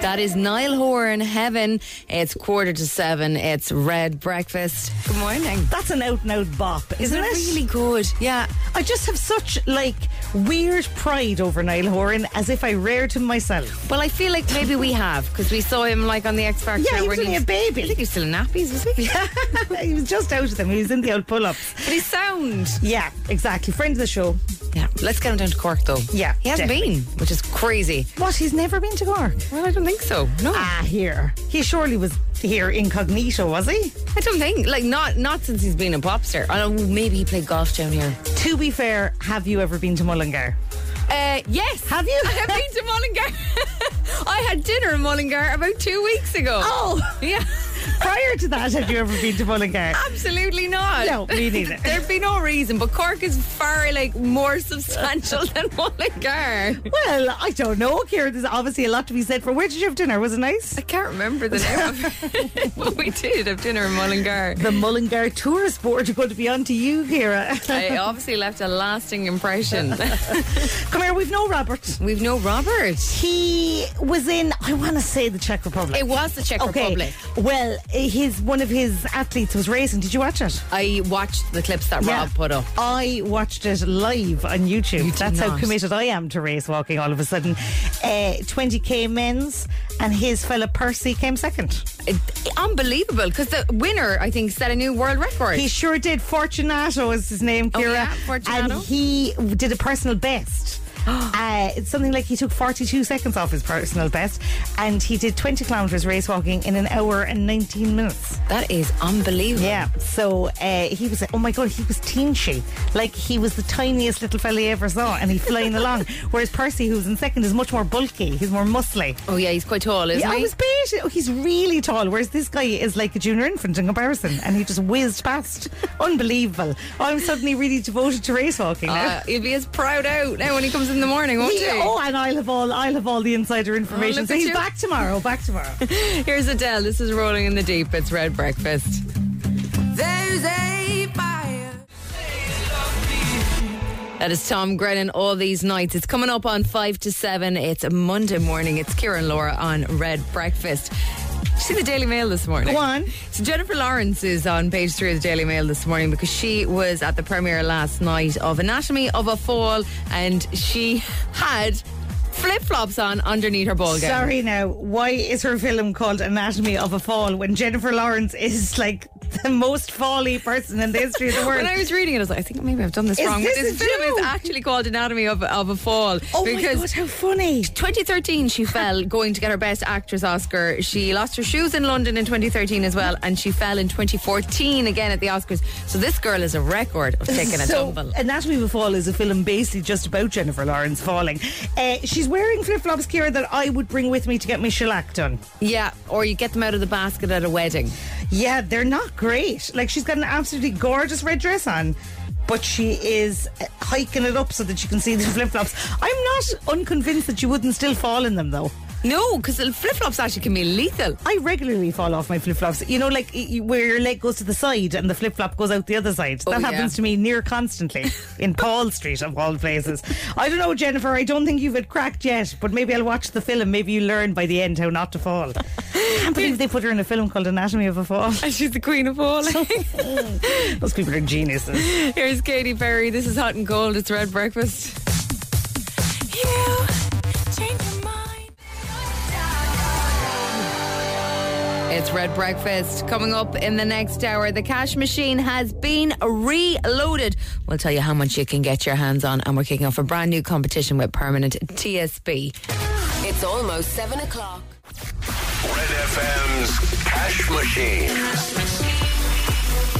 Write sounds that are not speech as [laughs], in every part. That is Niall Horan, Heaven. It's quarter to seven. It's Red Breakfast. Good morning. That's an out and out bop, isn't, Isn't it? it really good? Yeah. I just have such like weird pride over Niall Horan as if I reared him [laughs] myself. Well, I feel like maybe we have because we saw him like on the X Factor. Yeah, he was when only a baby. I think he was still in nappies, was he? Yeah. he was just out of them. He was in the old pull ups. But his sound. Yeah, exactly. Friend of the show. Yeah. Let's get him down to Cork though. Yeah, He hasn't definitely. been, which is crazy. What? He's never been to Cork? Well, I don't think so. No. Ah, here. He surely was here incognito, was he? I don't think. Like not not since he's been a pop star. I don't know, maybe he played golf down here. To be fair, have you ever been to Mullingar? Uh, yes. Have you? I have been [laughs] to Mullingar. I had dinner in Mullingar about two weeks ago. Oh! Yeah. Prior to that, have you ever been to [laughs] Mullingar? Absolutely not. No, me neither. [laughs] There'd be no reason, but Cork is far like more substantial [laughs] than Mullingar. Well, I don't know, Kira. There's obviously a lot to be said for where did you have dinner? Was it nice? I can't remember the name of it, [laughs] but we did have dinner in Mullingar. The Mullingar Tourist Board are going to be on to you, [laughs] Kira. I obviously left a lasting [laughs] impression. Come here, we've no Robert. We've no Robert. He was in, I want to say, the Czech Republic. It was the Czech okay. Republic. Well, his one of his athletes was racing. Did you watch it? I watched the clips that Rob put up. I watched it live on YouTube. did That's how not. committed I am to race walking. All of a sudden, uh, 20k men's, and his fella Percy came second. It, unbelievable, because the winner, I think, set a new world record. He sure did. Fortunato is his name, Oh, Kira. yeah, Fortunato. And he did a [gasps] personal best. Uh, it's something like he took 42 seconds off his personal best and he did 20 kilometres race walking in an hour and 19 minutes. that is unbelievable. Yeah, so uh, he was, oh my God, he was teensy. Like he was the tiniest little fella you ever saw and he's flying [laughs] along. Whereas Percy, who's in second, is much more bulky, he's more muscly. Oh, yeah, he's quite tall, isn't Yeah, he? [laughs] I was baited. Oh, he's really tall, whereas this guy is like a junior infant in comparison, and he just whizzed past. Unbelievable. I'm suddenly really devoted to race walking now. Uh, he'll be as proud out now when he comes in the morning, won't He- he? oh, and I'll have all I'll have all the insider information. look so at he's you. back tomorrow. Back [laughs] tomorrow. Here's Adele. This is Rolling in the Deep. It's Red Breakfast. There's a fire. That is Tom Grennan all these nights. It's coming up on 5 to 7. It's a Monday morning. It's Kieran and Laura on Red Breakfast. Did you see the Daily Mail this morning? Go on. So Jennifer Lawrence is on page three of the Daily Mail this morning because she was at the premiere last night of Anatomy of a Fall and she had flip flops on underneath her ball gown. Sorry now. Why is her film called Anatomy of a Fall when Jennifer Lawrence is like [laughs] the most folly person in the history of the world? [laughs] When I was reading it, I was like, I think maybe I've done this Is wrong. but this this a film is joke? actually called Anatomy of, of a Fall. oh my because god, how funny! 2013, [laughs] she fell going to get her Best Actress Oscar. She lost her shoes in London in 2013 as well, and she fell in 2014 again at the Oscars. So this girl is a record of taking a so, uh, tumble. Anatomy of a Fall is a film basically just about Jennifer Lawrence falling. Uh, she's wearing flip flops, Kira, that I would bring with me to get my shellac done. Yeah, or you get them out of the basket at a wedding. Yeah, they're not great. Like, she's got an absolutely gorgeous red dress on. But she is uh, hiking it up so that you can see the [laughs] flip flops. I'm not unconvinced that you wouldn't still fall in them, though. No, because flip flops actually can be lethal. [laughs] I regularly fall off my flip flops. You know, like y- y- where your leg goes to the side and the flip flop goes out the other side. Oh, that yeah. happens to me near constantly [laughs] in Paul Street, of all places. I don't know, Jennifer. I don't think you've had cracked yet, but maybe I'll watch the film. Maybe you learn by the end how not to fall. [laughs] can't believe they put her in a film called Anatomy of a Fall. [laughs] And she's the queen of falling. Those people are [laughs] geniuses. Here's Katy Perry. This is Hot and Cold. It's Red Breakfast. You change your mind. It's Red Breakfast. Coming up in the next hour, the cash machine has been reloaded. We'll tell you how much you can get your hands on, and we're kicking off a brand new competition with permanent TSB. It's almost seven o'clock. Red FM's Cash Machine.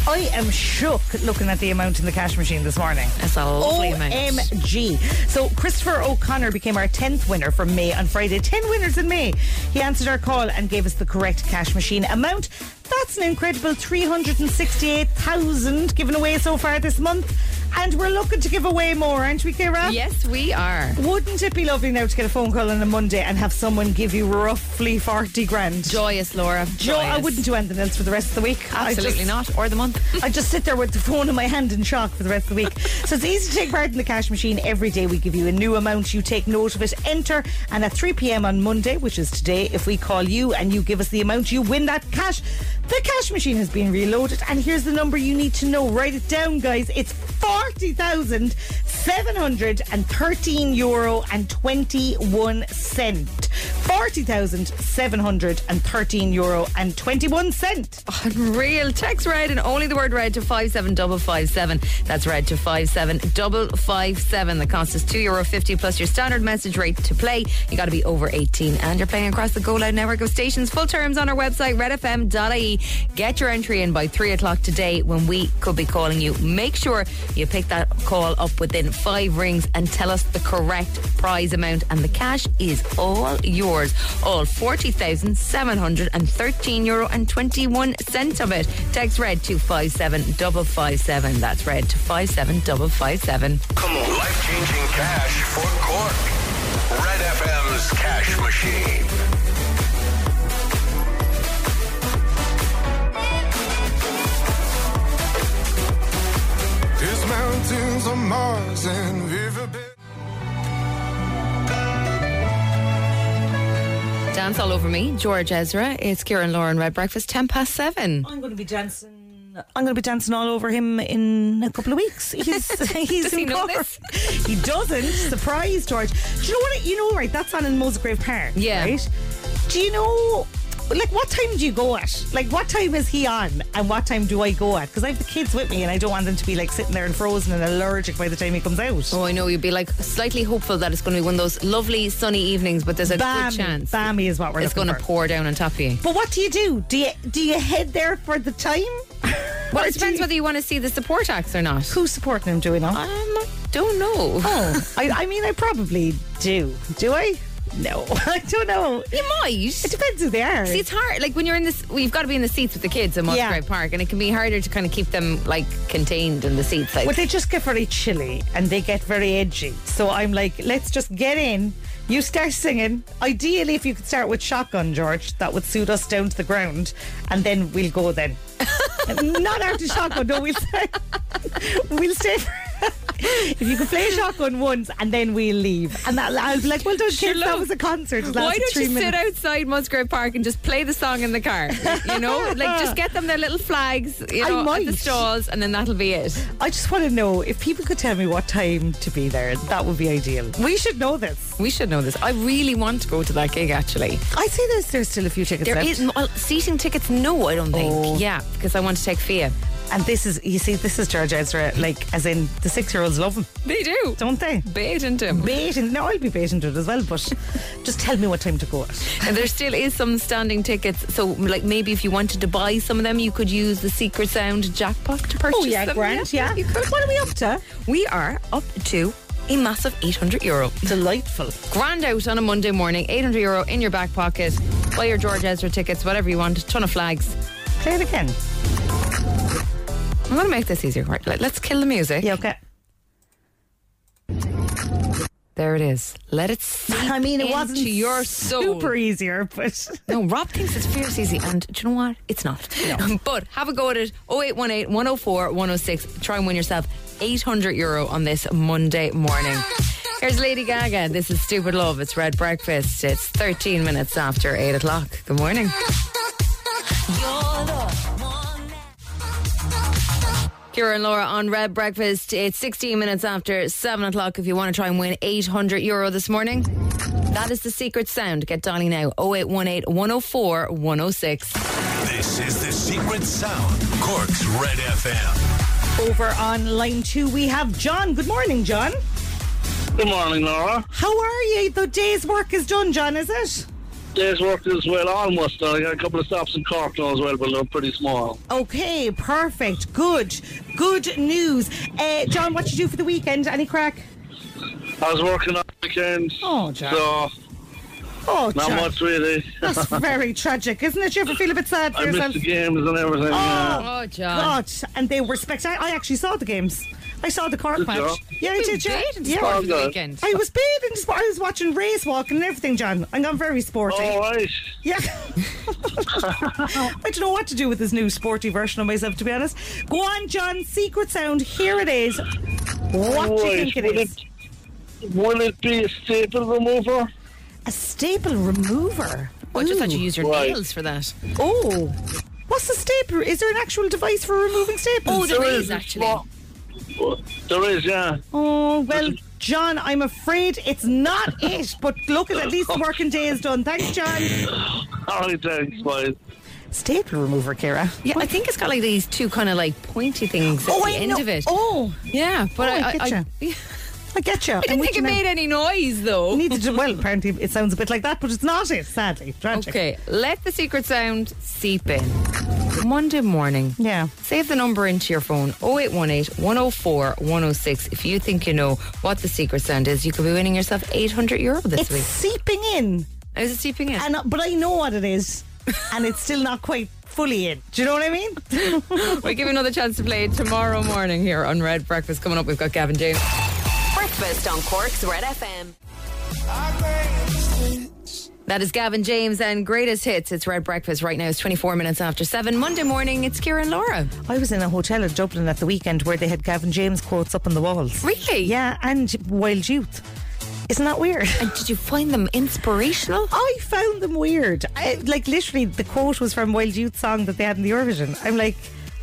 I am shook looking at the amount in the cash machine this morning. That's a lovely amount. OMG. So Christopher O'Connor became our 10th winner from May on Friday. 10 winners in May. He answered our call and gave us the correct cash machine amount. That's an incredible 368,000 given away so far this month. And we're looking to give away more, aren't we, Kira? Yes, we are. Wouldn't it be lovely now to get a phone call on a Monday and have someone give you roughly 40 grand? Joyous, Laura. Jo- I wouldn't do anything else for the rest of the week. Absolutely I just, not. Or the month. I just sit there with the phone in my hand in shock for the rest of the week. so it's easy to take part in the cash machine. Every day we give you a new amount. You take note of it, enter, and at 3 p.m. on Monday, which is today, if we call you and you give us the amount, you win that cash. The cash machine has been reloaded, and here's the number you need to know. Write it down, guys. It's 40,713 euro and 21 cent. 40,713 euro and 21 cent. Unreal. Text red and only the word red to 57557. That's red to 57557. The cost is €2.50 plus your standard message rate to play. you got to be over 18 and you're playing across the Go Loud network of stations. Full terms on our website, redfm.ie. E. Get your entry in by 3 o'clock today when we could be calling you. Make sure you pick that call up within five rings and tell us the correct prize amount. And the cash is all yours. All 40,713 euro and 21 cent of it. Text red to 57557. That's red to 57557. Come on. Life changing cash for Cork. Red FM's cash machine. There's mountains on Mars and riverbed. Dance all over me. George Ezra. It's Kieran Lauren Red Breakfast, 10 past 7. I'm going to be dancing. I'm going to be dancing all over him in a couple of weeks. He's [laughs] he's Does in he know Cork. He doesn't. Surprise, George. Do you know what? it- You know, right? That's on in Musgrave Park. Yeah. Right? Do you know? Like, what time do you go at? Like, what time is he on, and what time do I go at? Because I have the kids with me, and I don't want them to be like sitting there and frozen and allergic by the time he comes out. Oh, I know you'd be like slightly hopeful that it's going to be one of those lovely sunny evenings, but there's a Bam, good chance Bammy is what we're it's looking going to for. pour down on top of you. But what do you do? Do you do you head there for the time? Well, Or it do depends you- whether you want to see the support acts or not. who's supporting him doing all. Um, don't know. Oh, [laughs] I, I mean, I probably do. Do I? No, [laughs] I don't know. You might. It depends who they are. See, it's hard. Like when you're in this, we've got to be in the seats with the kids in Musgrave Yeah. Park, and it can be harder to kind of keep them like contained in the seats. Like, but they just get very chilly and they get very edgy. So I'm like, let's just get in. You start singing. Ideally, if you could start with Shotgun, George, that would suit us down to the ground, and then we'll [laughs] go then. Not after Shotgun. No, we'll stay. [laughs] we'll stay. For [laughs] if you could play Shotgun once, and then we'll leave, and that, I'll be like, well done, kids. That love. was a concert. It why lasted don't three you minutes. sit outside Musgrave Park and just play the song in the car? You know, [laughs] like just get them their little flags, you I know, at the might. stalls, and then that'll be it. I just want to know if people could tell me what time to be there, that would be ideal. We should know this. We should know this. I really want to go to that gig. Actually, I say there's there's still a few tickets there left. is well, seating tickets. No, I don't think. Oh. Yeah, because I want to take Fia. and this is you see, this is George Ezra, like as in the six year olds love him, They do. don't they? Bait into him. Baiting no, I'll be baiting to it as well, but just tell me what time to go at. And there still is some standing tickets. So, like, maybe if you wanted to buy some of them, you could use the Secret Sound jackpot to purchase Oh yeah, them. Grant, yeah. you could. What are we up to? We are up to a massive 800 euro. Delightful. Grand out on a Monday morning, 800 euro in your back pocket. Buy your George Ezra tickets, whatever you want, ton of flags. Play it again. I'm going to make this easier. Right, let- let's kill the music. Yeah, okay. There it is. Let it sink I mean it into wasn't your soul. super easier, but No, Rob thinks it's fierce easy, and do you know what? It's not. [laughs] but have a go at it. 0818 104 106. Try and win yourself 800 euro on this Monday morning. Here's Lady Gaga. This is Stupid Love. It's Red Breakfast. It's 13 minutes after 8 o'clock. Good morning. Kira and Laura on Red Breakfast. It's 16 minutes after 7 o'clock if you want to try and win 800 euro this morning. That is the secret sound. Get dialing now 0818 104 106. This is the secret sound. Cork's Red FM. over on line two we have John. Good morning, John. Good morning, Laura. How are you? The day's work is done, John, is it? Day's work as well, almost. I got a couple of stops in Cork now as well, but they're pretty small. Okay, perfect. Good, good news. Uh, John, what you do for the weekend? Any crack? I was working on weekends, Oh, John. so oh, not John. much really. That's very tragic, isn't it? You ever feel a bit sad for [laughs] I yourself? missed the games and everything. yeah. Oh, John. God, and they were spectacular. I actually saw the games. I saw the Cork Did match. you? Yeah, I You did. Yeah, did in yeah. sport Oh, over the no. weekend. I was big in sport. I was watching race walking and everything, John. I got very sporty. All right. Yeah. [laughs] I don't know what to do with this new sporty version of myself, to be honest. Go on, John. Secret sound. Here it is. What do you Right, think it will is? it- Will it be a staple remover? A staple remover. Oh, I just thought you used your Right. nails for that. Oh. What's the staple? Is there an actual device for removing Oh, staples? there There is is a actually. small- Well, There is, yeah. [laughs] Oh, well, John, I'm afraid it's not it. But look, at least the working day is done. Thanks, John. All right, thanks, boys. Staple remover, Kira. Yeah, I think it's got like these two kind of like pointy things at Oh, the I end know. of it. Oh, yeah, but Oh, I I, [laughs] I, getcha. I, I get you. I didn't think it made any noise though. Needed to, well, apparently it sounds a bit like that, but it's not it, sadly. Tragic. Okay, let the secret sound seep in. Monday morning. Yeah. Save the number into your phone 0818 104 106. If you think you know what the secret sound is, you could be winning yourself 800 euro this It's week. seeping in, Is it seeping [laughs] in? and but I know what it is, and it's still not quite fully in. Do you know what I mean? We'll give you another chance to play tomorrow morning here on Red Breakfast. Coming up, we've got Gavin James. Breakfast on Cork's Red FM. That is Gavin James and Greatest Hits. It's Red Breakfast right now. It's 24 minutes after 7. Monday morning, it's Kieran Laura. I was in a hotel in Dublin at the weekend where they had Gavin James quotes up on the walls. Really? Yeah, and Wild Youth. Isn't that weird? And did you find them inspirational? I found them weird. I, like literally, the quote was from Wild Youth song that they had in the Eurovision. I'm like,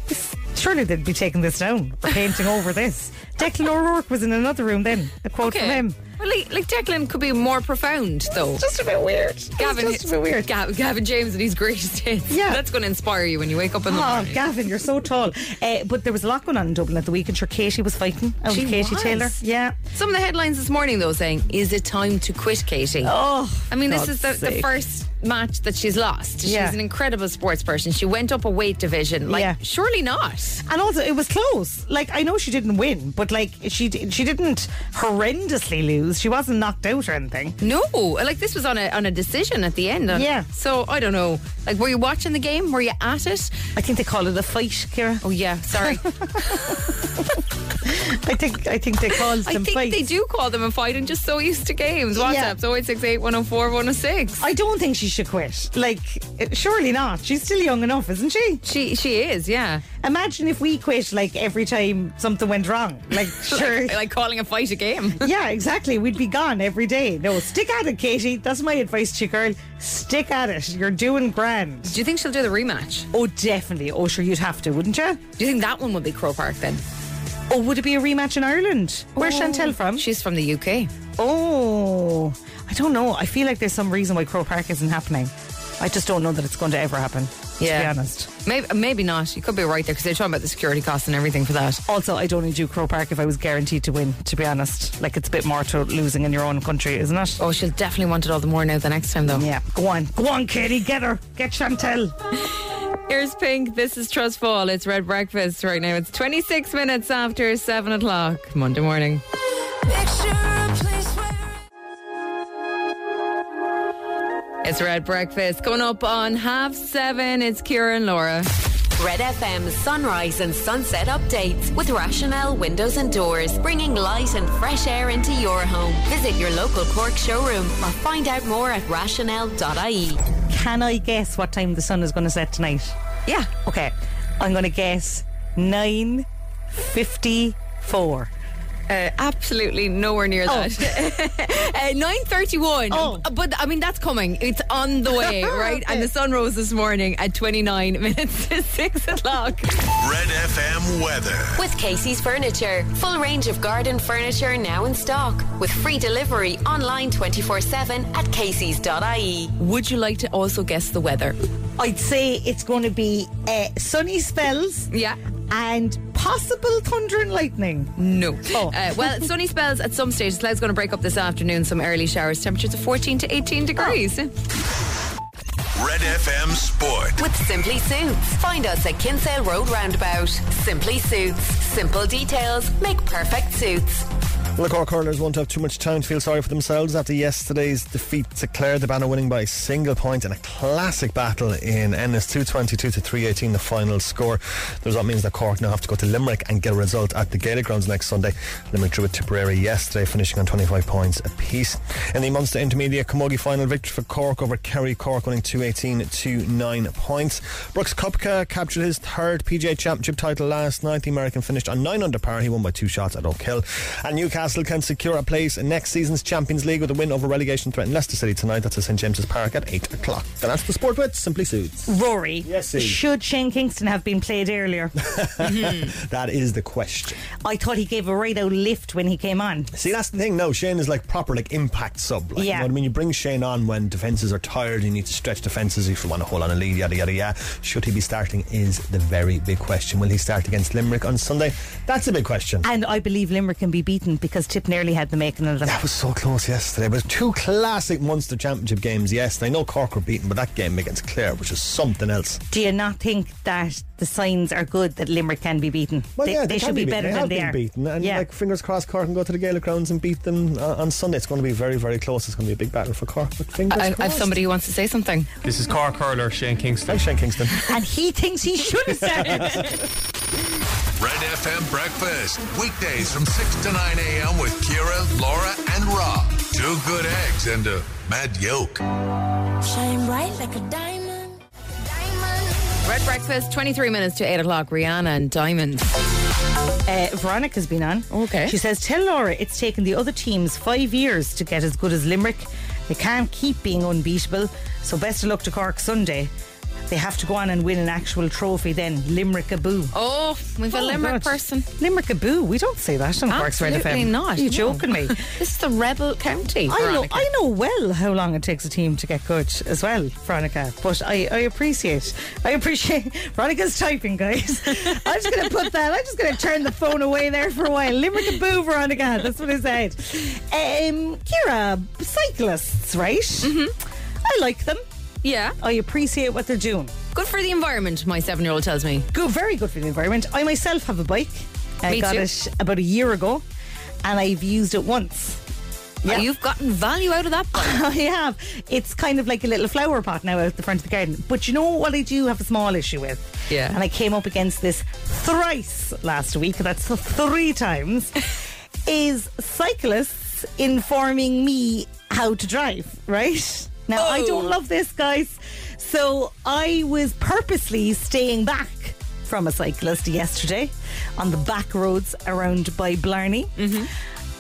this, surely they'd be taking this down, or painting [laughs] over this. Declan O'Rourke was in another room then. A quote from him. Well, like, like Declan could be more profound, though. Just a bit weird. It was Gavin, just a bit weird. Gav- Gavin James and his greatest hits. Yeah. that's going to inspire you when you wake up in the Oh, morning. Gavin, you're so tall. Uh, but there was a lot going on in Dublin at the weekend. Sure, Katie was fighting. out with She Katie was. Taylor. Yeah. Some of the headlines this morning, though, saying, "Is it time to quit, Katie?" Oh, I mean, this God's is the, the sake. first match that she's lost. Yeah. She's an incredible sports person. She went up a weight division. Like, Yeah. surely not. And also, it was close. Like I know she didn't win, but like she d- she didn't horrendously lose. She wasn't knocked out or anything. No, like this was on a on a decision at the end. on- Yeah. So I don't know. Like, were you watching the game? Were you at it? I think they call it a fight, Kira. Oh yeah, [laughs] sorry. I think I think they call them I think fights. they do call them a fight. I'm just so used to games. Yeah. WhatsApp 0868 104 106. I don't think she should quit. Like, uh, surely not. She's still young enough, isn't she? She she is, yeah. Imagine if we quit, like, every time something went wrong. [laughs] Like, sure. Like calling a fight a [laughs] game. yeah, exactly. We'd be gone every day. No, stick at it, Katie. That's my advice to you, girl. Stick at it. You're doing grand. Do you think she'll do the rematch? Oh, definitely. Oh, sure, you'd have to, wouldn't you? Do you think that one would be Crow Park then? Oh, Oh, would it be a rematch in Ireland? Where's Chantel from? She's from the UK. Oh, I don't know. I feel like there's some reason why Crow Park isn't happening. I just don't know that it's going to ever happen, to be honest. Maybe, maybe not. You could be right there because they're talking about the security costs and everything for that. Also, I'd only do Crow Park if I was guaranteed to win, to be honest. Like, it's a bit more to losing in your own country, isn't it? Oh, she'll definitely want it all the more now the next time, though. Yeah, go on. Go on, Katie. Get her. Get Chantel. Here's Pink. This is Trustfall. It's Red Breakfast right now. It's 26 minutes after 7 o'clock Monday morning. Picture a place where It's Red Breakfast. Going up on half seven. It's Kira and Laura. Red FM's sunrise and sunset updates with Rationale Windows and Doors, bringing light and fresh air into your home. Visit your local Cork showroom or find out more at rationale.ie. Can I guess what time the sun is going to set tonight? Yeah. Okay, I'm going to guess 9.54. Uh, absolutely nowhere near that. [laughs] uh, Nine thirty-one. Uh, Oh. but I mean that's coming. It's on the [laughs] way, right? And the sun rose this morning at twenty-nine [laughs] minutes to six o'clock. Red FM weather. With Casey's Furniture, full range of garden furniture now in stock with free delivery online 24/7 at caseys.ie. Would you like to also guess the weather? I'd say it's going to be uh, sunny spells Yeah. and possible thunder and lightning. No. Oh. [laughs] Uh, well, sunny spells at some stage. The cloud's Oh, going to break up this afternoon. Some early showers. Temperatures of fourteen to eighteen degrees. Red FM Sport. With Simply Suits. Find us at Kinsale Road Roundabout. Simply Suits. Simple details make perfect suits. Well, the Cork Hurlers won't have too much time to feel sorry for themselves after yesterday's defeat to Clare. The banner winning by a single point in a classic battle in Ennis 222 to 318, the final score. The result means that Cork now have to go to Limerick and get a result at the Gaelic Grounds next Sunday. Limerick drew with Tipperary yesterday, finishing on 25 points apiece. In the Munster Intermediate Camogie final, victory for Cork over Kerry Cork, winning 218 to 9 points. Brooks Kupka captured his third PGA Championship title last night. The American finished on 9 under par. He won by two shots at Oak Hill. And Newcastle can secure a place in next season's Champions League with a win over relegation threat in Leicester City tonight. That's at St James's Park at 8 o'clock. And that's the sport with Simply Suits. [laughs] Rory, Yes, he. should Shane Kingston have been played [laughs] earlier? That is the question. I thought he gave a right out lift when he came on. See, that's the thing. No, Shane is like proper, like impact sub. Like, You Yeah. know what I mean? You bring Shane on when defences are tired, you need to stretch defences if you want to hold on a lead, yada, yada, yada. Should he be starting is the very big question. Will he start against Limerick on Sunday? That's a big question. And I believe Limerick can be beaten because Tip nearly had the making [laughs] of them. That was so close yesterday. It was two classic Munster Championship games yesterday. I know Cork were beaten, but that game against Clare, which is something else. Do you not think that the signs are good that Limerick can be beaten? Well, they, yeah, they can should be, beaten. better they than have they been are. beaten. And yeah. like fingers crossed, Cork can go to the Gaelic grounds and beat them uh, on Sunday. It's going to be very, very close. It's going to be a big battle for Cork. But fingers I, crossed. I've somebody who wants to say something. This is Cork hurler Shane Kingston. Thanks, Shane Kingston. [laughs] and he thinks he should have [laughs] started. Red FM Breakfast. Weekdays from 6 to 9 a.m. with Kira, Laura, and Rob. Two good eggs and a mad yolk. Shine bright like a diamond. Diamond. Red Breakfast, 23 minutes to 8 o'clock. Rihanna and Diamond. uh, Veronica's been on. Okay. She says, Tell Laura it's taken the other teams five years to get as good as Limerick. They can't keep being unbeatable. So best of luck to Cork Sunday. They have to go on and win an actual trophy then. Limerick a boo. Oh, we've a Oh, Limerick God. person. Limerick a boo. We don't say that on Cork's Red Absolutely FM. not. Are you no. joking me? [laughs] This is the rebel county. I know, Veronica. I know well how long it takes a team to get good as well, Veronica. But I, I appreciate, I appreciate [laughs] Veronica's typing, guys. [laughs] I'm just going to put that. I'm just going to turn the phone away there for a while. Limerick and boo, Veronica. That's what I said. Um, Kira, cyclists, right? Mm-hmm. I like them. Yeah. I appreciate what they're doing. Good for the environment, my seven year old tells me. Good, very good for the environment. I myself have a bike. I Me got too. it about a year ago, and I've used it once. Yeah. You've gotten value out of that [laughs] bike. I have. It's kind of like a little flower pot now out the front of the garden. But you know what I do have a small issue with? Yeah. And I came up against this thrice last week. That's three times. is cyclists informing me how to drive, right? Now, I don't love this, guys. So I was purposely staying back from a cyclist yesterday on the back roads around by Blarney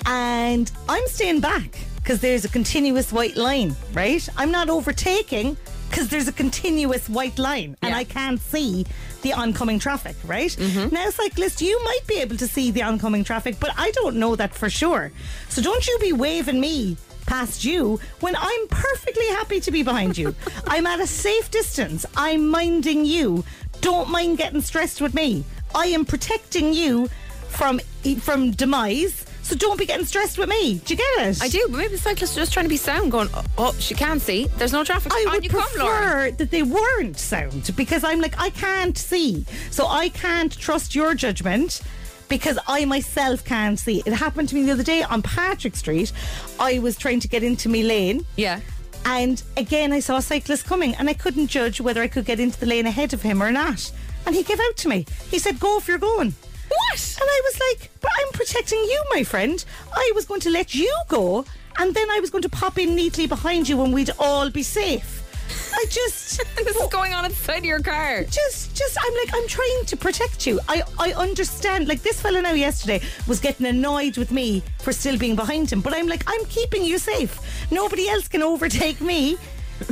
and I'm staying back because there's a continuous white line, right? I'm not overtaking because there's a continuous white line and Yeah. I can't see the oncoming traffic, right? Now, cyclist, you might be able to see the oncoming traffic, but I don't know that for sure. So don't you be waving me past you when I'm perfectly happy to be behind you. I'm at a safe distance. I'm minding you. Don't mind getting stressed with me. I am protecting you from e, from demise. So don't be getting stressed with me. Do you get it? I do, but maybe the cyclists are just trying to be sound, going, oh, oh, she can't see. There's no traffic. I On would you prefer come, Lauren. that they weren't sound because I'm like I can't see, so I can't trust your judgment because I myself can't see. It happened to me the other day on Patrick Street. I was trying to get into my lane. Yeah. [laughs] And again, I saw a cyclist coming and I couldn't judge whether I could get into the lane ahead of him or not. And he gave out to me. He said, Go if you're going. What? And I was like, But I'm protecting you, my friend. I was going to let you go and then I was going to pop in neatly behind you and we'd all be safe. I [laughs] just. This is going on inside your car. Just, just, I'm like, I'm trying to protect you. I, I understand. Like this fella now yesterday was getting annoyed with me for still being behind him, but I'm like, I'm keeping you safe. Nobody else can overtake me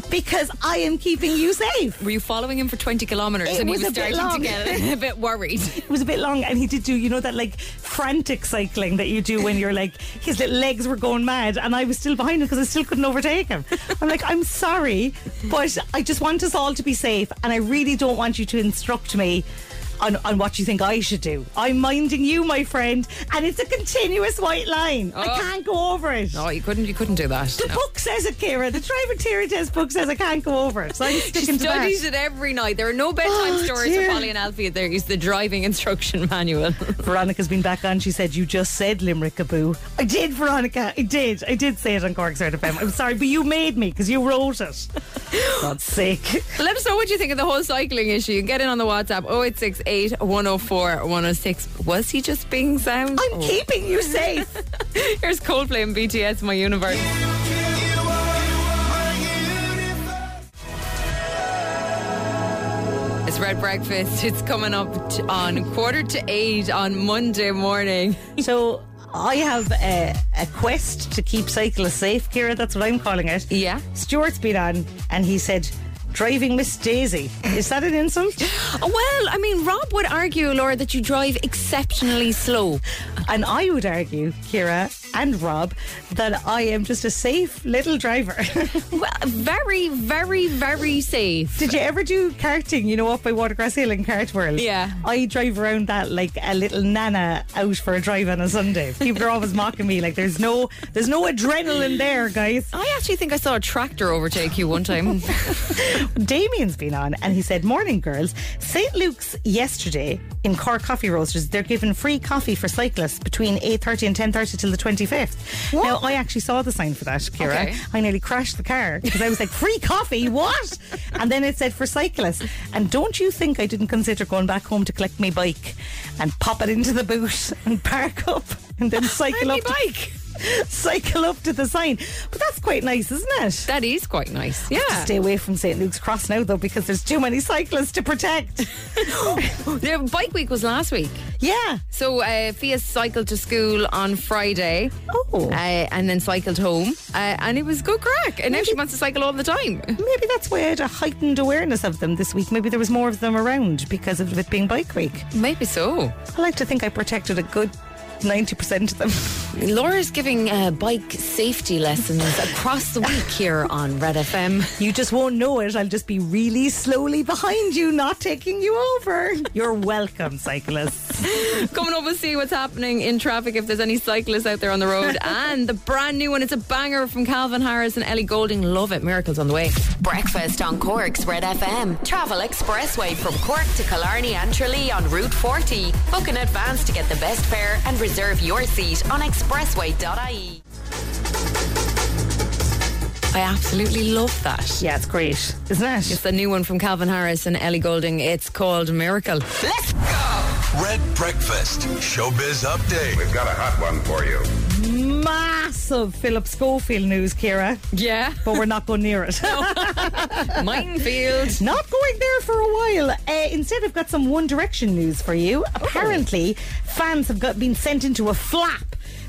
because I am keeping you safe. Were you following him for 20 kilometres It and was he was a bit starting long. to [laughs] get a bit worried? It was a bit long, and he did do, you know, that like frantic cycling that you do when you're like his little legs were going mad, and I was still behind him because I still couldn't overtake him. I'm like, I'm sorry, but I just want us all to be safe, and I really don't want you to instruct me on, on what you think I should do. I'm minding you, my friend, and it's a continuous white line. I Oh. can't go over it. No, Oh, you couldn't. You couldn't do that. [laughs] The no. book says it, Kira. The Trivateria test book says I can't go over it. So [laughs] I'm She sticking to that. studies it every night. There are no bedtime Oh, stories dear. for Polly and Alfie. There is the driving [laughs] instruction manual. [laughs] Veronica's been back on. She said, You just said Limerick Aboo. I did, Veronica. I did. I did say it on Cork's Heart FM. I'm sorry, but you made me because you wrote [laughs] it. God's sake. Let us know what you think of the whole cycling issue. Get in on the WhatsApp 0868 104 106. Was he just being sound? I'm Oh. keeping you safe. [laughs] Here's Coldplay and BTS, My Universe. It's Red Breakfast. It's coming up t- on quarter to eight on Monday morning. [laughs] so I have a, a quest to keep cyclists safe, Kira. That's what I'm calling it. Yeah. Stuart's been on and he said, Driving Miss Daisy. Is that an insult? [laughs] Well, I mean, Rob would argue, Laura, that you drive exceptionally slow. And I would argue, Kira and Rob, that I am just a safe little driver. [laughs] Well, very, very, very safe. Did you ever do karting, you know, up by Watergrass Hill in Kart World? Yeah. I drive around that like a little nana out for a drive on a Sunday. People are always mocking me, like there's no there's no adrenaline there, guys. I actually think I saw a tractor overtake you one [laughs] time. Damien's been on and he said, Morning girls. St. Luke's yesterday in Cork Coffee Roasters, they're giving free coffee for cyclists between eight thirty and ten thirty till the twenty fifth. Now I actually saw the sign for that, Kira. Okay. I nearly crashed the car because I was like, free coffee, what? And then it said for cyclists. And don't you think I didn't consider going back home to collect my bike and pop it into the boot and park up and [laughs] then cycle my up to- [laughs] cycle up to the sign. But that's quite nice, isn't it? that is quite nice. to Yeah. stay away from St. Luke's Cross now, though, because there's too many cyclists to [laughs] protect. The bike week was last week. yeah. So uh, Fia cycled to school on Friday. Oh. Uh, and then cycled home. Uh, and it was good crack. And now she wants to cycle all the time. Maybe that's why I had a heightened awareness of them this week. Maybe there was more of them around because of it being Bike Week. Maybe so. I like to think I protected a good 90% of them. Laura's giving uh, bike safety lessons across the week here on Red FM. [laughs] You just won't know it. I'll just be really slowly behind you, not taking you over. [laughs] You're welcome, cyclists. Coming over to see what's happening in traffic if there's any cyclists out there on the [laughs] road. and the brand new one, it's a banger from Calvin Harris and Ellie Golding. Love it. Miracles on the way. Breakfast on Cork's Red FM. Travel expressway from Cork to Killarney and Tralee on Route 40. Book in advance to get the best fare and reserve your seat on expressway.ie. I absolutely love that. Yeah, it's great, isn't it? It's the new one from Calvin Harris and Ellie Golding. It's called Miracle. Let's Red Breakfast Showbiz Update. We've got a hot one for you. Massive Philip Schofield news, Kira, Yeah. but we're not going near [laughs] it. [laughs] Minefield. Not going there for a while. Uh, instead, I've got some One Direction news for you. Apparently, fans have got been sent into a flap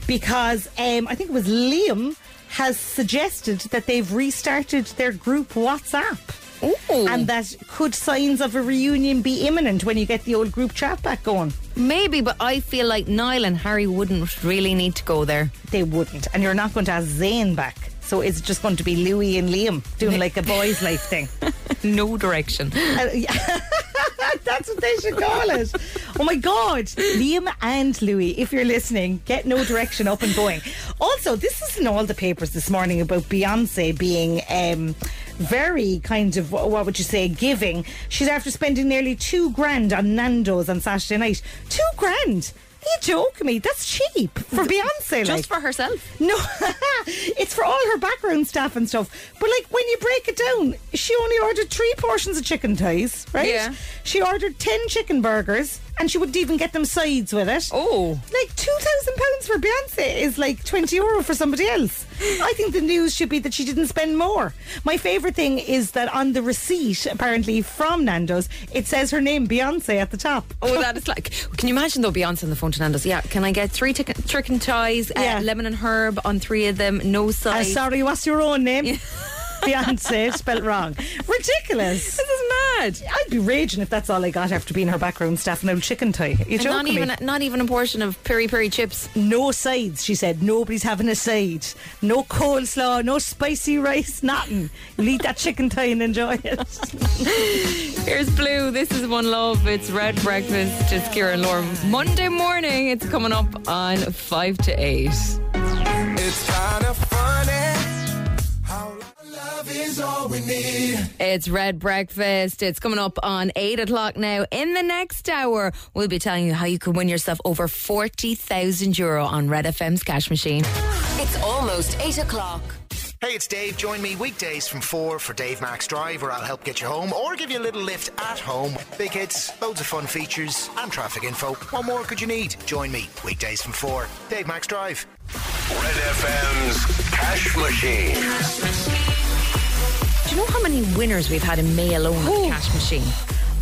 because um, I think it was Liam has suggested that they've restarted their group WhatsApp. Ooh. And that could signs of a reunion be imminent when you get the old group chat back going? Maybe, but I feel like Niall and Harry wouldn't really need to go there. They wouldn't. And you're not going to have Zayn back. So it's just going to be Louis and Liam doing like a boys' life thing. No direction. Uh, yeah. [laughs] That's what they should call it. Oh my God. Liam and Louis, if you're listening, get no direction up and going. Also, this is in all the papers this morning about Beyonce being um, very kind of, wh- what would you say, giving. She's after spending nearly two grand on Nando's on Saturday night. Two grand? Are you joking me? That's cheap for Beyonce. like. Just for herself. No, [laughs] it's for all her background staff and stuff. But like when you break it down, she only ordered three portions of chicken thighs, right? Yeah. She ordered ten chicken burgers, and she wouldn't even get them sides with it. Oh. like two thousand pounds for Beyonce is like twenty euro for somebody else. I think the news should be that she didn't spend more. My favorite thing is that on the receipt, apparently from Nando's, it says her name Beyonce at the top. Oh, that is like. [laughs] Can you imagine though? Beyonce on the phone to Nando's. Yeah, can I get three chicken, chicken ties, uh, Yeah. lemon and herb on three of them, no Uh, size? [laughs] sorry, what's your own name? Beyonce, spelt wrong. Ridiculous. This is bad. I'd be raging if that's all I got after being her backroom staff and old chicken tie. You And joking not even me? not even a portion of peri peri chips. no sides, she said. Nobody's having a side. No coleslaw, no spicy rice, nothing. You'll eat that chicken tie and enjoy [laughs] it. Here's Blue. This is One Love. It's Red Breakfast. It's Kira and Laura. Monday morning. It's coming up on five to eight. It's kind of funny how love is all we need. It's Red Breakfast. It's coming up on eight o'clock now. In the next hour, we'll be telling you how you can win yourself over forty thousand euro on Red FM's cash machine. It's almost 8 o'clock. Hey, it's Dave. Join me weekdays from 4 for Dave Max Drive, where I'll help get you home or give you a little lift at home. Big hits, loads of fun features, and traffic info. What more could you need? Join me weekdays from 4. Dave Max Drive. Red FM's Cash Machine. Do you know how many winners we've had in May alone on the cash machine?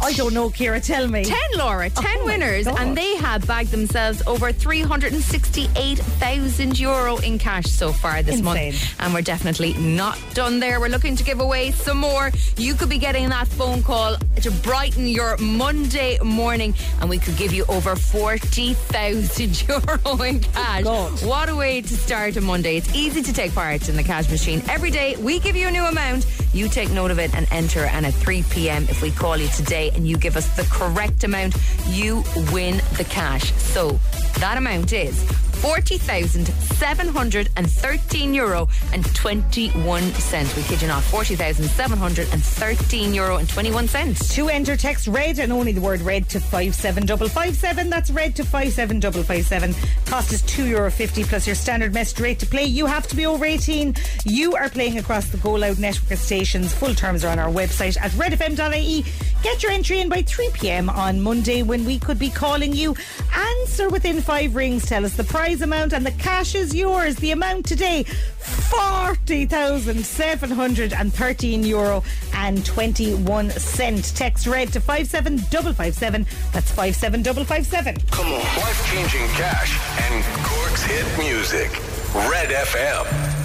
I don't know, Kira, tell me. Ten, Laura. Ten Oh my winners, God. and they have bagged themselves over three hundred and sixty-eight thousand euro in cash so far this Insane. month. And we're definitely not done there. We're looking to give away some more. You could be getting that phone call to brighten your Monday morning, and we could give you over forty thousand [laughs] euro in cash. Oh, God. What a way to start a Monday. It's easy to take part in the cash machine. Every day we give you a new amount. You take note of it and enter. And at 3 p.m., if we call you today and you give us the correct amount, you win the cash. So that amount is 40,713 euro and 21 cents. We kid you not, 40,713 euro and 21 cents. To enter, text red and only the word red to 57557. That's red to 57557. Cost is €2.50 plus your standard message rate to play. You have to be over 18. You are playing across the Go Loud network of stations. Full terms are on our website at redfm.ie. E. Get your entry in by 3 pm on Monday when we could be calling you. Answer within five rings. Tell us the prize amount and the cash is yours. The amount today, 40,713 euro and 21 cent. Text red to 57557. That's 57557. Come on. Life changing cash and Cork's hit music. Red FM.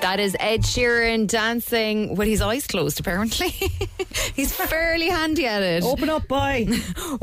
That is Ed Sheeran dancing with his eyes closed, apparently. [laughs] He's fairly handy at it. Open up, boy.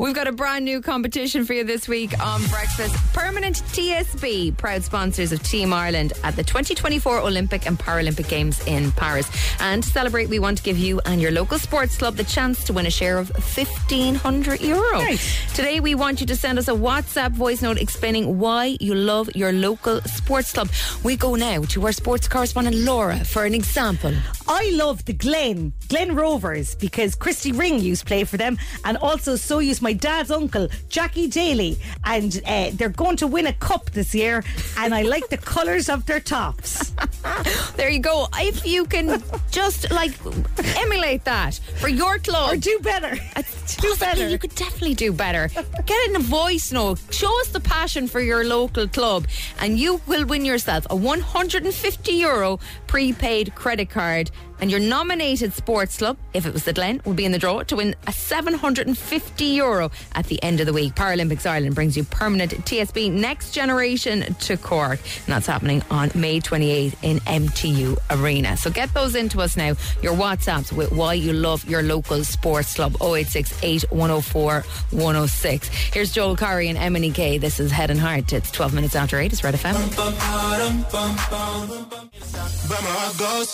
We've got a brand new competition for you this week on Breakfast. Permanent TSB, proud sponsors of Team Ireland at the 2024 Olympic and Paralympic Games in Paris. And to celebrate, we want to give you and your local sports club the chance to win a share of 1,500 euro. Nice. Today, we want you to send us a WhatsApp voice note explaining why you love your local sports club. We go now to our sports correspondent, Laura, for an example. I love the Glen, Glen Rovers, because Christy Ring used to play for them, and also so used my dad's uncle, Jackie Daly. And uh, they're going to win a cup this year, and I [laughs] like the colours of their tops. There you go. If you [laughs] can just like emulate that for your club. Or do better. [laughs] do Possibly, better. You could definitely do [laughs] better. Get in a voice note. Show us the passion for your local club, and you will win yourself a 150 euro prepaid credit card. And your nominated sports club, if it was the Glen, will be in the draw to win a 750 euro at the end of the week. Paralympics Ireland brings you permanent TSB Next Generation to Cork, and that's happening on May 28th in MTU Arena. So get those into us now. Your WhatsApps with why you love your local sports club 0868 104 106. Here's Joel Curry and Emily Kay. This is Head and Heart. It's 12 minutes after 8. It's Red FM.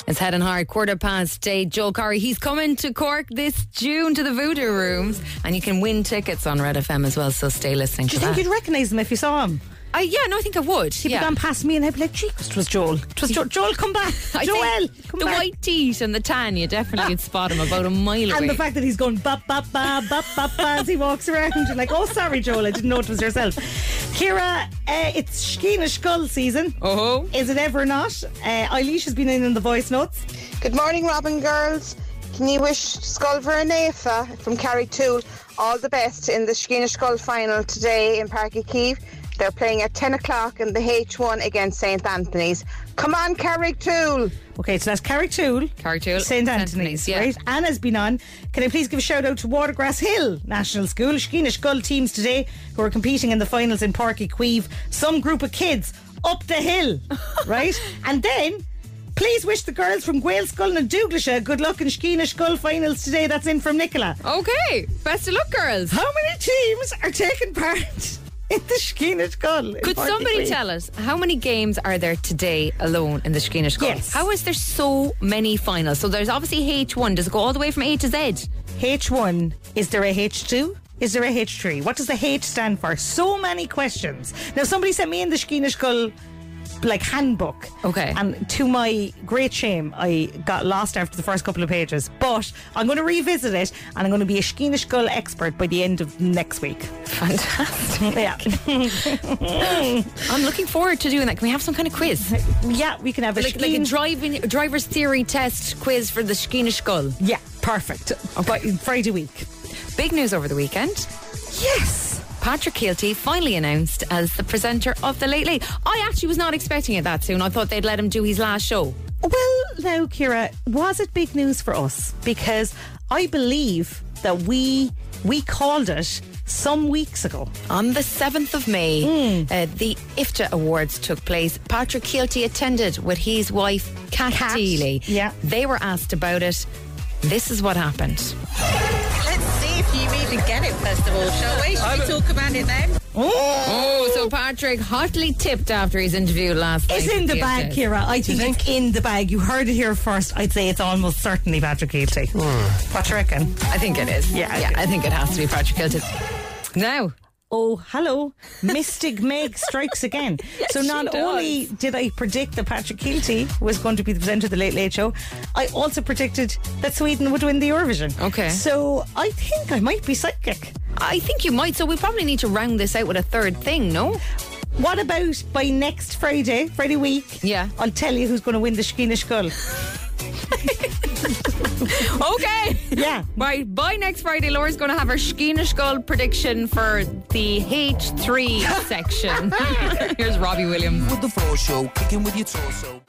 It's Head and Heart, quarter past 8. Joel Curry, he's coming to Cork this June to the Voodoo Rooms, and you can win tickets on Red FM as well. So stay listening to Do you think that. you'd recognise them if you saw them? Uh, yeah, no, I think I would. He'd yeah. be gone past me and I'd be like, "Gee, it was Joel. It was jo- Joel, come back. [laughs] I Joel, think come the back. white teeth and the tan, you definitely would spot him about a mile away. and the fact that he's going ba ba ba ba ba ba as he walks around, you're like, oh, sorry, Joel, I didn't know it was yourself. Kira, uh, it's Shkina Skull season. Oh. Is it ever not? Uh, Eilish has been in on the voice notes. Good morning, Robin girls. Can you wish Sculver and Aoife from Carrie Tool all the best in the Skeena Skull final today in Parky Keeve? They're playing at 10 o'clock in the H1 against St. Anthony's. Come on, Carrie Tool! Okay, so that's Carrie Toole. Carrie Toole, St. St. Anthony's, Anthony's, yeah. right? Anna's been on. Can I please give a shout out to Watergrass Hill National School, Skeenish Gull teams today who are competing in the finals [laughs] in Parky Queeve. Some group of kids up the hill, right? And then Please wish the girls from Gael Scull and Douglasha good luck in Skeena Scull finals today. That's in from Nicola. Okay, best of luck, girls. How many teams are taking part [laughs] in the Skeena Scull? in Could somebody 43? tell us how many games are there today alone in the Skeena Cup? Yes. How is there so many finals? So there's obviously H1. Does it go all the way from A to Z? H1, is there a H2? Is there a H3? What does the H stand for? So many questions. Now, somebody sent me in the Skeena Scull like handbook. Okay. And to my great shame, I got lost after the first couple of pages. But I'm going to revisit it and I'm going to be a Skeena Scull expert by the end of next [laughs] week. Fantastic. Yeah. I'm looking forward to doing that. Can we have some kind of quiz? yeah, we can have a Like, like a Skeen- driving driver's theory test quiz for the Skeena Skull. Yeah, perfect. But Friday week. Big news over the weekend. Yes. Patrick Keelty finally announced as the presenter of The Late Late. I actually was not expecting it that soon. I thought they'd let him do his last show. Well, now, Kira, was it big news for us? Because I believe that we we called it some weeks ago. On the 7th of May, uh, the IFTA Awards took place. Patrick Keelty attended with his wife, Kat, Kat, Deely. yeah. They were asked about it. This is what happened. Let's see if you even get it, first of all, shall we? Should we talk about it then? Oh, so Patrick hotly tipped after his interview last It's night in with the bag, IFTA. Kira. I think, it's in the bag. You heard it here first. I'd say it's almost certainly Patrick Keelty. What do you reckon? I think it is. Yeah, I yeah, I think it has to be Patrick Hilton. Now, Oh, hello. [laughs] Mystic Meg strikes again. so, she not does. only did I predict that Patrick Keelty was going to be the presenter of the Late Late Show, I also predicted that Sweden would win the Eurovision. Okay. So, I think I might be psychic. I think you might. So we probably need to round this out with a third thing, no? What about by next Friday, Friday week? Yeah. I'll tell you who's going to win the [laughs] Skeena Skull. Okay. Yeah. Right, by next Friday, Laura's going to have her Skeenish Skull prediction for the [laughs] H3 section. Here's Robbie Williams. With the floor show, kicking with your torso.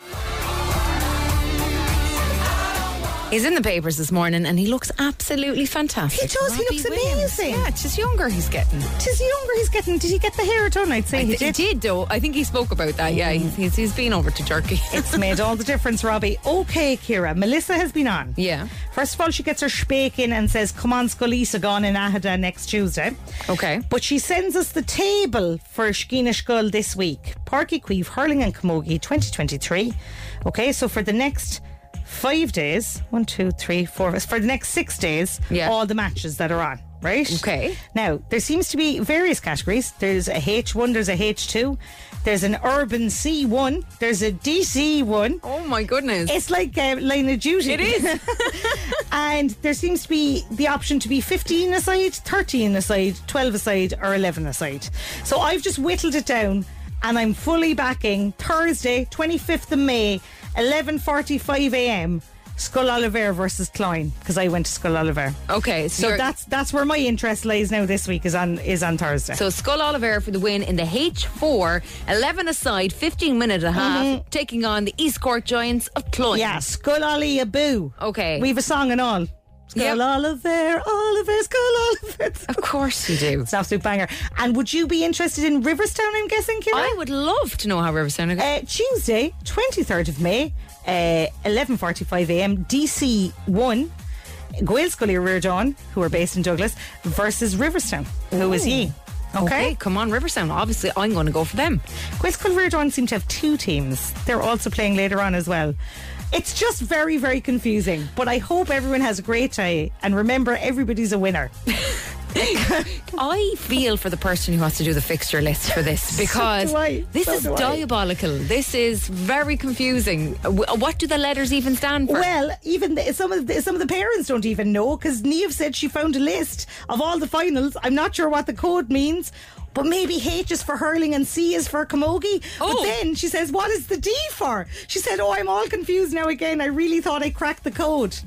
He's in the papers this morning and he looks absolutely fantastic. He does, he Robbie looks Williams. amazing. Yeah, it's just younger he's getting. Tis younger he's getting. Did he get the hair done? I'd say I he th- did. He did, though. I think he spoke about that. Yeah, he's, he's, he's been over to Turkey. It's made all the difference, Robbie. Okay, Kira. Melissa has been on. [laughs] Yeah. First of all, she gets her spake in and says, Come on, Sculisa gone in Ahada next Tuesday. Okay. But she sends us the table for Skeena Skull this week. Parky Queeve, Hurling and Camogie 2023. Okay, so for the next five days, one, two, three, four, for the next six days, Yeah. all the matches that are on, right? Okay. Now, there seems to be various categories. There's a H1, there's a H2, there's an Urban C1, there's a DC1. oh, my goodness. It's like uh, Line of Duty. It is. [laughs] and there seems to be the option to be 15 aside, 13 aside, 12 aside, or 11 aside. So I've just whittled it down and I'm fully backing Thursday, 25th of May, 11.45 a.m. Skull Oliver versus Klein because I went to Skull Oliver. Okay, so, So you're- that's that's where my interest lies now this week is on is on Thursday. So Skull Oliver for the win in the H4, 11 aside, 15 minute and a half, taking on the East Cork Giants of Cloyne. yeah, Skull Ollie a boo. Okay. We've a song and all. Skull Yep. Oliver, Oliver, Skull Oliver. Of course you do. It's an absolute banger. And would you be interested in Riverstown, I'm guessing, Kira? I would love to know how Riverstone goes. Uh, Tuesday, 23rd of May, uh, 11.45am, DC1, Gael Scully Reardon, who are based in Douglas, versus Riverstown, who is he. Okay. come on, Riverstone. Obviously, I'm going to go for them. Gael Scully Reardon seem to have two teams. They're also playing later on as well. It's just very, very confusing. But I hope everyone has a great day. And remember, everybody's a winner. I feel for the person who has to do the fixture list for [laughs] this because do I. this So is do I. diabolical. This is very confusing. W- uh, What do the letters even stand for? Well, even the, some of the, some of the parents don't even know because Neve said she found a list of all the finals. I'm not sure what the code means. But maybe H is for hurling and C is for camogie. But Oh. then she says, What is the D for? She said, Oh, I'm all confused now again. I really thought I cracked the code.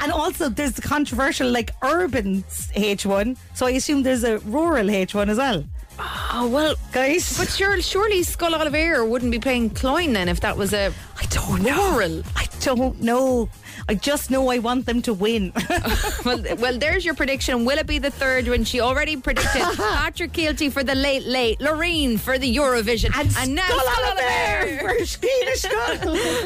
And also, there's the controversial, like, urban H1. So I assume there's a rural H1 as well. Ah, oh, well. Guys. But sure, surely Skull Oliver wouldn't be playing Cloyne then if that was a I don't know. [laughs] Rural. I just don't know. I just know I want them to win. [laughs] well, well, there's your prediction. Will it be the third one? She already [laughs] predicted Patrick Keelty for the late, late, Lorraine for the Eurovision, and, now Scola [laughs] Bear.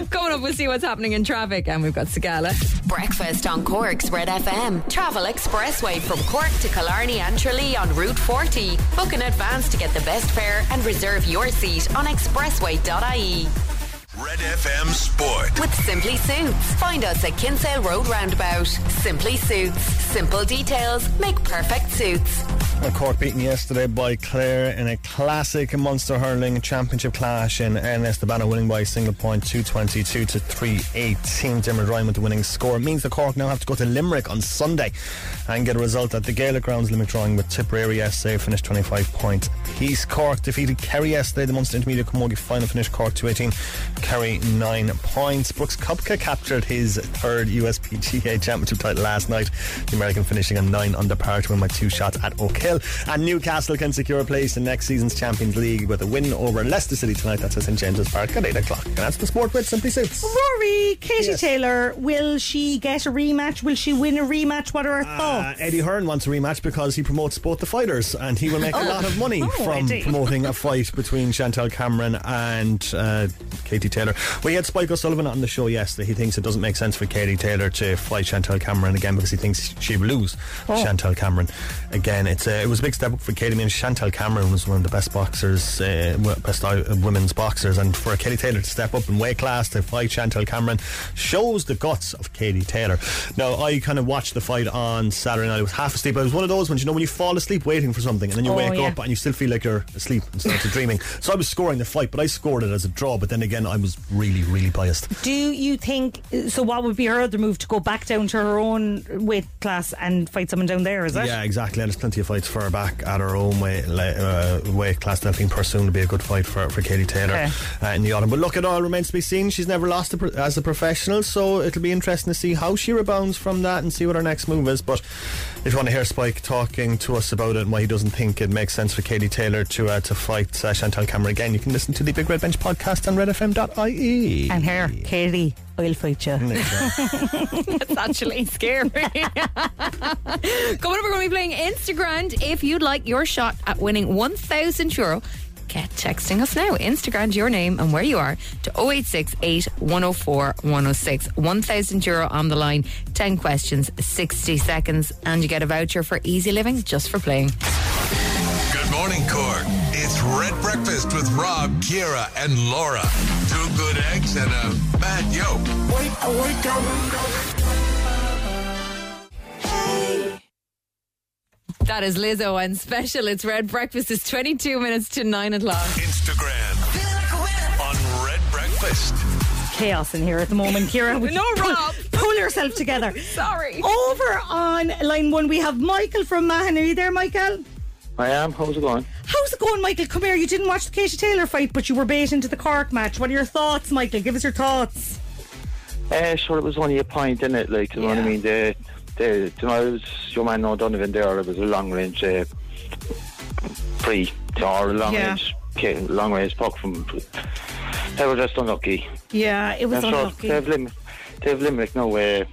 Coming up, we'll see what's happening in traffic, and we've got Sagala. Breakfast on Cork's Red FM. Travel Expressway from Cork to Killarney and Tralee on Route 40. Book in advance to get the best fare and reserve your seat on expressway.ie. Red FM Sport. With Simply Suits. Find us at Kinsale Road Roundabout. Simply Suits. Simple details make perfect suits. Well, Cork beaten yesterday by Clare in a classic Munster hurling championship clash in Ernest the banner winning by a single point 222 to 318 Dermot Ryan with the winning score means the Cork now have to go to Limerick on Sunday and get a result at the Gaelic grounds Limerick drawing with Tipperary yesterday finished 25 points Peace Cork defeated Kerry yesterday the Munster Intermediate Camogie final finished Cork 218 Kerry 9 points Brooks Kupka captured his third USPGA championship title last night the American finishing on 9 under par to win by two shots at Oak Hill. And Newcastle can secure a place in next season's Champions League with a win over Leicester City tonight. That's at St James's Park at 8 o'clock. And that's the sport with Simply Suits. Rory, Katie Taylor, will she get a rematch? Will she win a rematch? What are her Uh, thoughts? Eddie Hearn wants a rematch because he promotes both the fighters and he will make a Oh. lot of money Oh, from Eddie. promoting a fight between Chantel Cameron and uh, Katie Taylor. We had Spike O'Sullivan on the show yesterday. He thinks it doesn't make sense for Katie Taylor to fight Chantel Cameron again because he thinks she will lose Oh. Chantel Cameron again. It's uh, It was a big step up for Katie. I mean, Chantel Cameron was one of the best boxers, uh, w- best uh, women's boxers. And for Katie Taylor to step up in weight class to fight Chantel Cameron shows the guts of Katie Taylor. Now, I kind of watched the fight on Saturday night. I was half asleep. I was one of those ones, you know, when you fall asleep waiting for something and then you Oh, wake yeah. up and you still feel like you're asleep instead of dreaming. So I was scoring the fight, but I scored it as a draw. But then again, I was really, really biased. Do you think so? What would be her other move to go back down to her own weight class and fight someone down there? Is it? Yeah, exactly. And there's plenty of fights for her back at her own weight, le- uh, weight class. And I think Pursoon would be a good fight for, for Katie Taylor uh, in the autumn. But look, it all remains to be seen. She's never lost a pro- as a professional, so it'll be interesting to see how she rebounds from that and see what her next move is. But if you want to hear Spike talking to us about it and why he doesn't think it makes sense for Katie Taylor to uh, to fight uh, Chantal Cameron again, you can listen to the Big Red Bench podcast on redfm.ie. And her, Katie, I'll fight you. [laughs] Mm. That's actually scary. Coming up, we're going to be playing Instagram. If you'd like your shot at winning 1,000 euro, get texting us now. Instagram your name and where you are to 0868 104 106. 1,000 euro on the line, 10 questions, 60 seconds, and you get a voucher for easy living just for playing. Good morning, Cork. It's Red Breakfast with Rob, Kira, and Laura. Two good eggs and a bad yolk. Wake, wake That is Lizzo and special. It's Red Breakfast. It's 22 minutes to 9 o'clock. Instagram on Red Breakfast. [laughs] Chaos in here at the moment, Kira. Would you No, pull- Rob. Pull yourself together. Sorry. Over on line one, we have Michael from Mahon. Are you there, Michael? I am. How's it going? How's it going, Michael? Come here. You didn't watch the Katie Taylor fight, but you were bait into the Cork match. What are your thoughts, Michael? Give us your thoughts. Uh, sure, it was only a point, didn't it? Like, you know what I mean? The, the, you know, it was your man O'Donovan there. It was a long range, uh, free or a long Yeah. range, ki- long range puck from. They were just unlucky. Yeah, it was And sure, unlucky. They've, lim- they've Limerick now. Uh,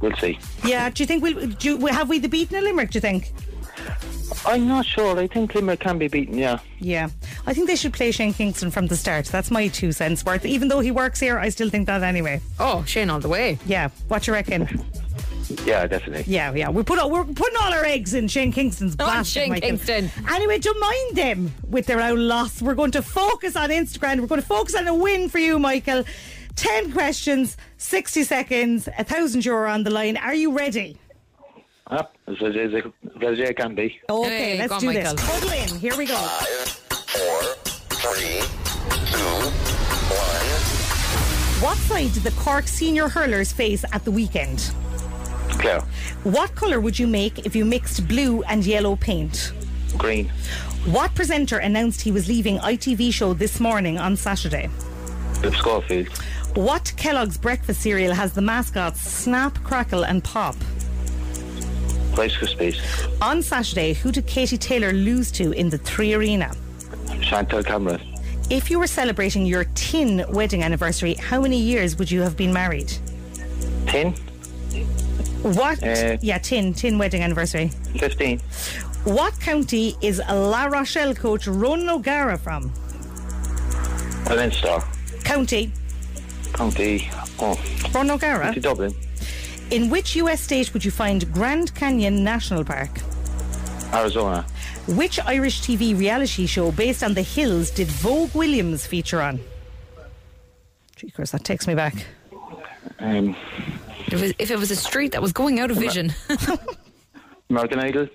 we'll see. Yeah, do you think we'll do? we- Have we the beaten in Limerick? Do you think? I'm not sure. I think Limerick can be beaten. Yeah. Yeah, I think they should play Shane Kingston from the start. That's my two cents worth. Even though he works here, I still think that anyway. Oh, Shane all the way. Yeah, what you reckon? Yeah, definitely. Yeah, yeah. We put all, we're putting all our eggs in Shane Kingston's Oh, basket. Shane Michael. Kingston. Anyway, don't mind them with their own loss. We're going to focus on Instagram. We're going to focus on a win for you, Michael. Ten questions, sixty seconds, a thousand euro on the line. Are you ready? Ah, as as- as as it can be. Okay, let's go on, do this. Michael. Cuddle in. Here we go. What side did the Cork senior hurlers face at the weekend? Clear. What colour would you make if you mixed blue and yellow paint? Green. What presenter announced he was leaving ITV show this morning on Saturday? Philip Schofield. What Kellogg's breakfast cereal has the mascots Snap, Crackle, and Pop? Rice Krispies. On Saturday, who did Katie Taylor lose to in the three arena? Chantal Cameron. if you were celebrating your tin wedding anniversary, how many years would you have been married? Ten? What? Uh, yeah, tin, tin wedding anniversary. Fifteen? What county is La Rochelle coach Ronan O'Gara from? Leinster. County, County. Oh. Ronan O'Gara. County Dublin. In which US state would you find Grand Canyon National Park? Arizona. Which Irish TV reality show based on the hills did Vogue Williams feature on? Gee, of course, that takes me back. Um, If it, was, if it was a street that was going out of vision. [laughs] American Idol.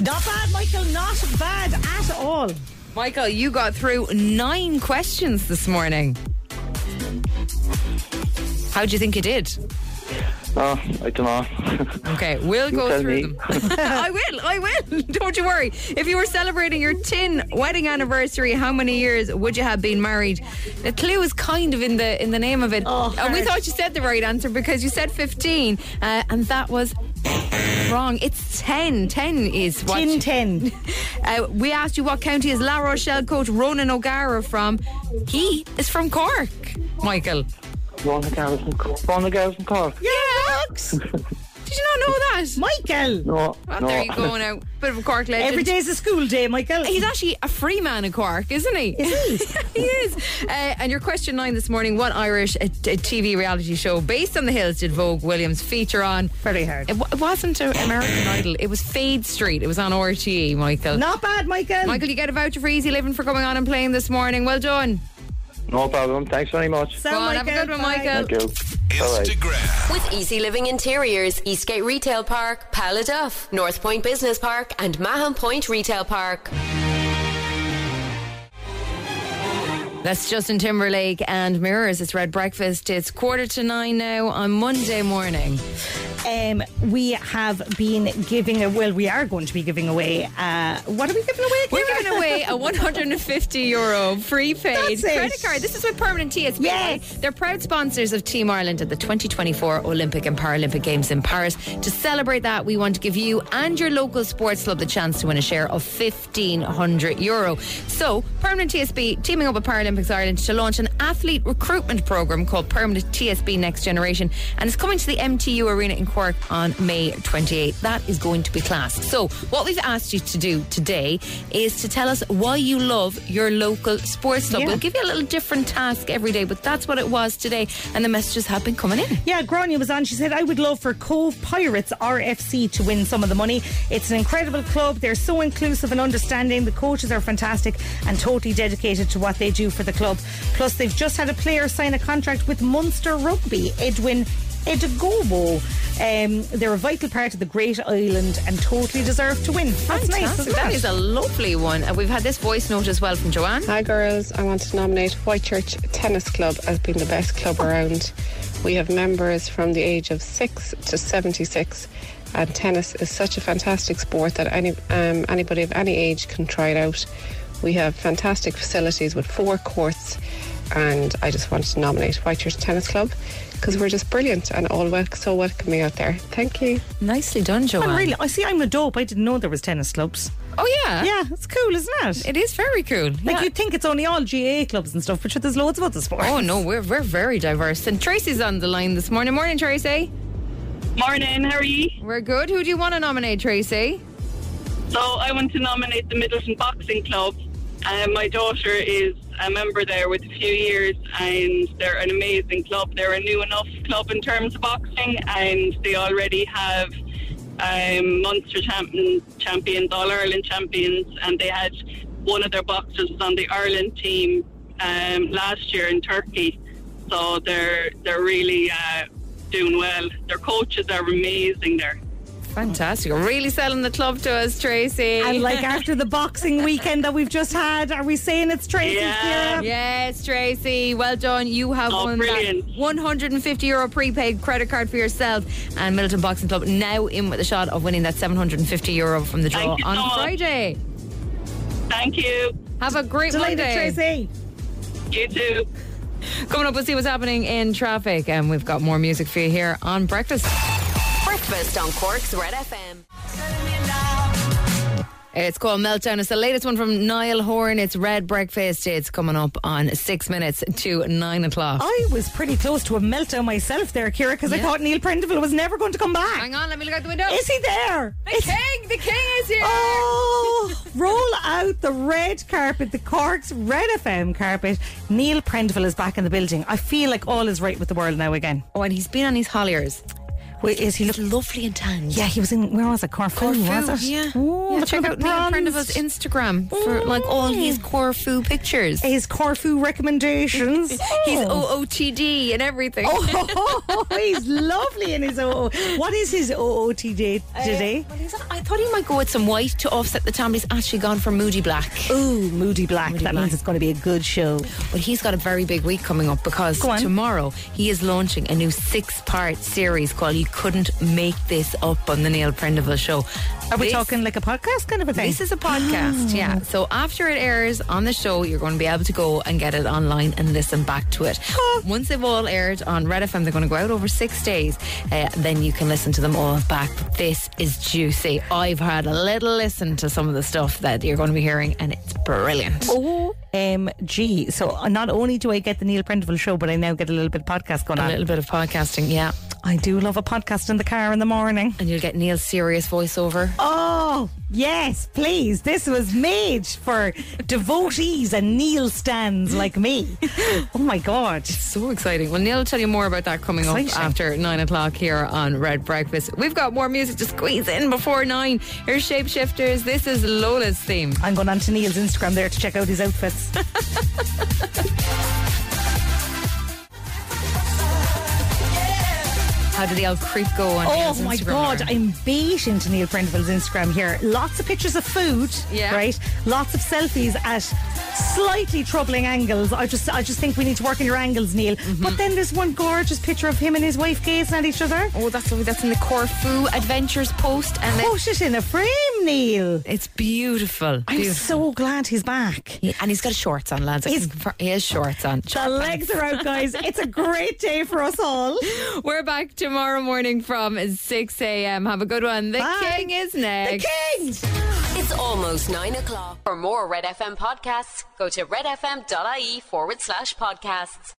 Not bad, Michael. Not bad at all. Michael, you got through nine questions this morning. How do you think you did? Oh, I don't know. [laughs] Okay, we'll You go tell through me. them. [laughs] I will, I will. [laughs] Don't you worry. If you were celebrating your tin wedding anniversary, how many years would you have been married? The clue is kind of in the in the name of it. and we thought you said the right answer because you said 15, uh, and that was [laughs] wrong. It's 10. 10 is what. Tin 10. Uh, we asked you what county is La Rochelle coach Ronan O'Gara from. He is from Cork, Michael. Born the girls from Cork. Born the girls from Cork. Yes! Did you not know that? Michael! No, Oh, no. There you go now. Bit of a Cork legend. Every day's a school day, Michael. He's actually a free man in Cork, isn't he? Is [laughs] he? is. Uh, and your question nine this morning what Irish uh, t- TV reality show based on the hills did Vogue Williams feature on? Very hard. It, w- it wasn't a American Idol, it was Fade Street. It was on RTE, Michael. Not bad, Michael. Michael, you get a voucher for Easy Living for coming on and playing this morning. Well done. No problem. Thanks very much. So, Go on, have a good one, bye. Michael. Thank you. Bye-bye. With Easy Living Interiors, Eastgate Retail Park, Paladuff, North Point Business Park, and Mahon Point Retail Park. That's Justin Timberlake and Mirrors. It's Red Breakfast. It's quarter to nine now on Monday morning. Um, we have been giving a well, we are going to be giving away. Uh, what are we giving away? We're Ciara? giving away a [laughs] 150 euro free paid That's it. credit card. This is with Permanent TSB. Yes. They're proud sponsors of Team Ireland at the 2024 Olympic and Paralympic Games in Paris. To celebrate that, we want to give you and your local sports club the chance to win a share of 1500 euro. So, Permanent TSB teaming up with Paralympics Ireland to launch an athlete recruitment program called Permanent TSB Next Generation and it's coming to the MTU Arena in Cork on May 28th. That is going to be class. So, what we've asked you to do today is to tell us why you love your local sports club. Yeah. We'll give you a little different task every day, but that's what it was today. And the messages have been coming in. Yeah, Grania was on. She said, I would love for Cove Pirates RFC to win some of the money. It's an incredible club. They're so inclusive and understanding. The coaches are fantastic and totally dedicated to what they do for the club. Plus, they've just had a player sign a contract with Munster Rugby, Edwin Edagobo. Um, they're a vital part of the Great Island and totally deserve to win. That's nice. Fantastic. Isn't That it? is a lovely one. And we've had this voice note as well from Joanne. Hi, girls. I want to nominate Whitechurch Tennis Club as being the best club around. We have members from the age of 6 to 76, and tennis is such a fantastic sport that any um, anybody of any age can try it out. We have fantastic facilities with four courts, and I just want to nominate Whitechurch Tennis Club because we're just brilliant and all wel- so welcoming out there. Thank you. Nicely done, Joanne. I'm really, I see, I'm a dope. I didn't know there was tennis [laughs] clubs. oh, yeah. Yeah, it's cool, isn't it? It is very cool. like Yeah. you'd think it's only all GA clubs and stuff, but sure, there's loads of other sports. Oh no, we're we're very diverse. And Tracy's on the line this morning. Morning, Tracy. Morning, how are you? We're good. Who do you want to nominate, Tracy? So I want to nominate the Middleton Boxing Club. Um, my daughter is a member there with a few years, and they're an amazing club. They're a new enough club in terms of boxing, and they already have um, Munster champion, champions, All Ireland champions, and they had one of their boxers was on the Ireland team um, last year in Turkey. So they're they're really uh, doing well. Their coaches are amazing there. Fantastic. You're really selling the club to us, Tracy. And like after the boxing weekend that we've just had, are we saying it's Tracy's yeah. Yeah. Yes, Tracy. Well done. You have Oh, won brilliant. that 150 euro prepaid credit card for yourself. And Middleton Boxing Club now in with a shot of winning that 750 euro from the draw Thank you on so much. Friday. Thank you. Have a great Delighted, Monday. Tracy. You too. Coming up, we'll see what's happening in traffic, and we've got more music for you here on Breakfast. Breakfast on Cork's Red FM. It's called Meltdown. It's the latest one from Niall Horn. It's Red Breakfast. It's coming up on six minutes to nine o'clock. I was pretty close to a meltdown myself there, Kira, because I Yeah. thought Neil Prendeville was never going to come back. Hang on, let me look out the window. Is he there? The Is- king, the king is here. [laughs] Oh, roll out the red carpet, the Cork's Red FM carpet. Neil Prendeville is back in the building. I feel like all is right with the world now again. Oh, and he's been on his holliers. Wait, is he look lovely and tan? Yeah, he was in. Where was it? Corfu, was it? Yeah. Oh, yeah look check at out the Neil Prendeville's bronzed. Instagram for like all his Corfu pictures. His [laughs] Corfu recommendations. He's OOTD and everything. Oh, [laughs] he's lovely in his OO. What is his OOTD today? Well, he's- I thought he might go with some white to offset the tan, but he's actually gone for moody black. Ooh, Uh, Moody Black. that means it's going to be a good show. But he's got a very big week coming up because Go on. tomorrow he is launching a new six part series called You Couldn't Make This Up on the Neil Prendeville Show. Are we This- talking like a podcast kind of a thing? This is a podcast, yeah. So after it airs on the show, you're going to be able to go and get it online and listen back to it. Once they've all aired on Red FM, they're going to go out over six days. Uh, then you can listen to them all back. But This is juicy. I've had a little listen to some of the stuff that you're going to be hearing, and it's brilliant. OMG. So uh, not only do I get the Neil Prendeville show, but I now get a little bit of podcast going A on. little bit of podcasting, yeah. I do love a podcast in the car in the morning. And you'll get Neil's serious voiceover. Oh, yes, please. This was made for devotees and Neil stands like me. [laughs] Oh my God. So exciting. Well, Neil will tell you more about that coming up Exciting. after nine o'clock here on Red Breakfast. We've got more music to squeeze in before nine. Here's Shapeshifters. This is Lola's theme. I'm going on to Neil's Instagram there to check out his outfits. How did the old creep go on Oh Neil's my Instagram god, there? I'm baiting into Neil Prendeville's Instagram here. Lots of pictures of food, Yeah. right? Lots of selfies at slightly troubling angles. I just I just think we need to work on your angles, Neil. Mm-hmm. But then there's one gorgeous picture of him and his wife gazing at each other. Oh, that's lovely. That's in the Corfu Adventures post, and then Put it in a frame, Neil. it's beautiful. I'm beautiful. so glad he's back. Yeah, and he's got shorts on, lads. I He's- can confirm- he has shorts on. The legs are out, guys. It's a great day for us all. We're back tomorrow morning from 6 a.m. Have a good one. The Bye. king is next. King! It's almost nine o'clock. For more Red FM podcasts, go to redfm.ie forward slash podcasts.